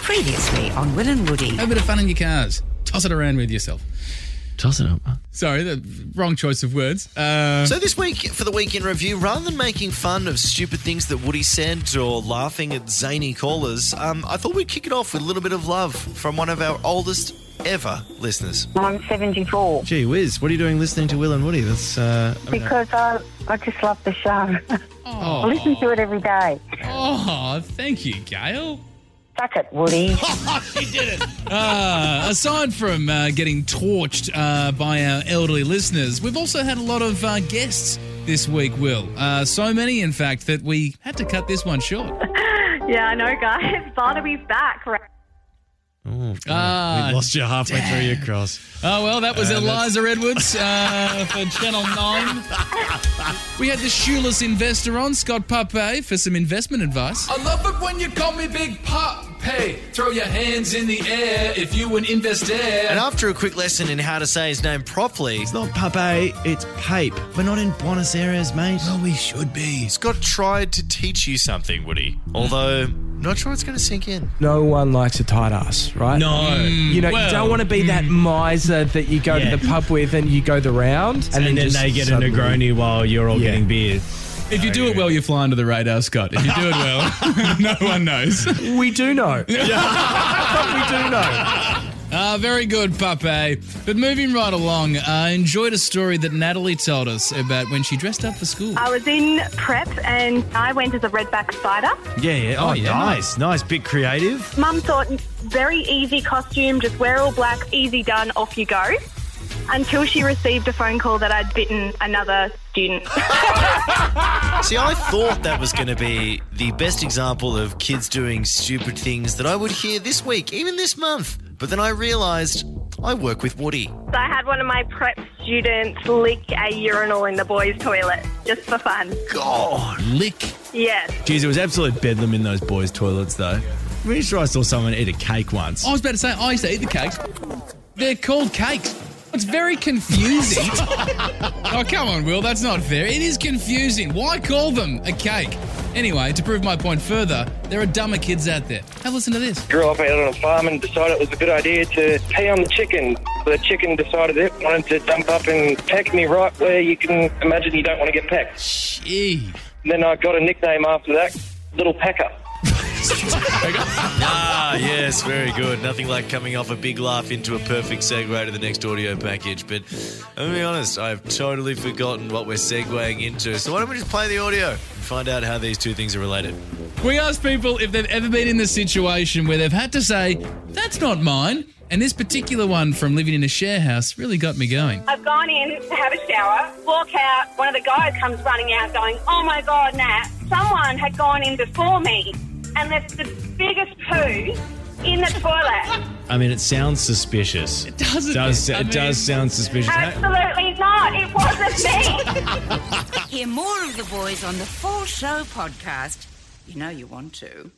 Previously on Will and Woody. Have a bit of fun in your cars. Toss it around with yourself. Toss it up. Sorry, the wrong choice of words. Uh, So this week for the weekend review, rather than making fun of stupid things that Woody said or laughing at zany callers, um, I thought we'd kick it off with a little bit of love from one of our oldest ever listeners. I'm 74 Gee whiz, what are you doing listening to Will and Woody? That's uh, I mean, because I, I just love the show. I listen to it every day. oh, thank you, Gail. Suck it, Woody. Uh, aside from uh, getting torched uh, by our elderly listeners, we've also had a lot of uh, guests this week, Will. Uh, so many, in fact, that we had to cut this one short. Yeah, I know, guys. Barnaby's back. Right? oh, Ah, we lost you halfway through your cross. Oh, well, that was Eliza Edwards uh, for Channel 9. we had the shoeless investor on, Scott Pape, for some investment advice. I love it when you call me Big Pape. Throw your hands in the air if you an investor. And after a quick lesson in how to say his name properly, It's not Pape, it's Pape. We're not in Buenos Aires, mate. we should be. Scott tried to teach you something, Woody. Although, not sure it's going to sink in. No one likes a tight ass, right? Oh, No. You know, you don't want to be that miser that you go mm. Yeah. to the pub with and you go the round. And, then, just they get a suddenly- Negroni while you're all Yeah. getting beer. If you do it well, you fly under the radar, Scott. If you do it well, no one knows. We do know. but we do know. Ah, very good, Pape. But moving right along, I enjoyed a story that Natalie told us about when she dressed up for school. I was in prep and I went as a redback spider. Yeah, yeah. Oh, yeah. nice, nice. Bit creative. Mum thought, very easy costume, just wear all black, easy done, off you go. Until she received a phone call that I'd bitten another student. See, I thought that was going to be the best example of kids doing stupid things that I would hear this week, even this month. But then I realised I work with Woody. So I had one of my prep students lick a urinal in the boys' toilet just for fun. God. Lick. Yes. Geez, it was absolute bedlam in those boys' toilets, though. I'm pretty sure I saw someone eat a cake once. I was about to say, I used to eat the cakes. They're called cakes. It's very confusing. oh, come on, Will, that's not fair. It is confusing. Why call them a cake? Anyway, to prove my point further, there are dumber kids out there. Have a listen to this. grew up out on a farm and decided it was a good idea to pee on the chicken. The chicken decided it wanted to dump up and peck me right where you can imagine you don't want to get pecked. Gee. And then I got a nickname after that, Little Pecker. Ah, yes, very good. Nothing like coming off a big laugh into a perfect segue to the next audio package. But I'm going to be honest, I've totally forgotten what we're segueing into. So why don't we just play the audio and find out how these two things are related? We asked people if they've ever been in the situation where they've had to say, that's not mine. And this particular one from living in a share house really got me going. I've gone in to have a shower, walk out, one of the guys comes running out going, Oh my god, Nat, someone had gone in before me and left the biggest poo in the toilet. I mean, it sounds suspicious. It doesn't Does, it? I it mean- does sound suspicious. Absolutely not, it wasn't me. Hear more of the boys on the Full Show podcast. You know you want to.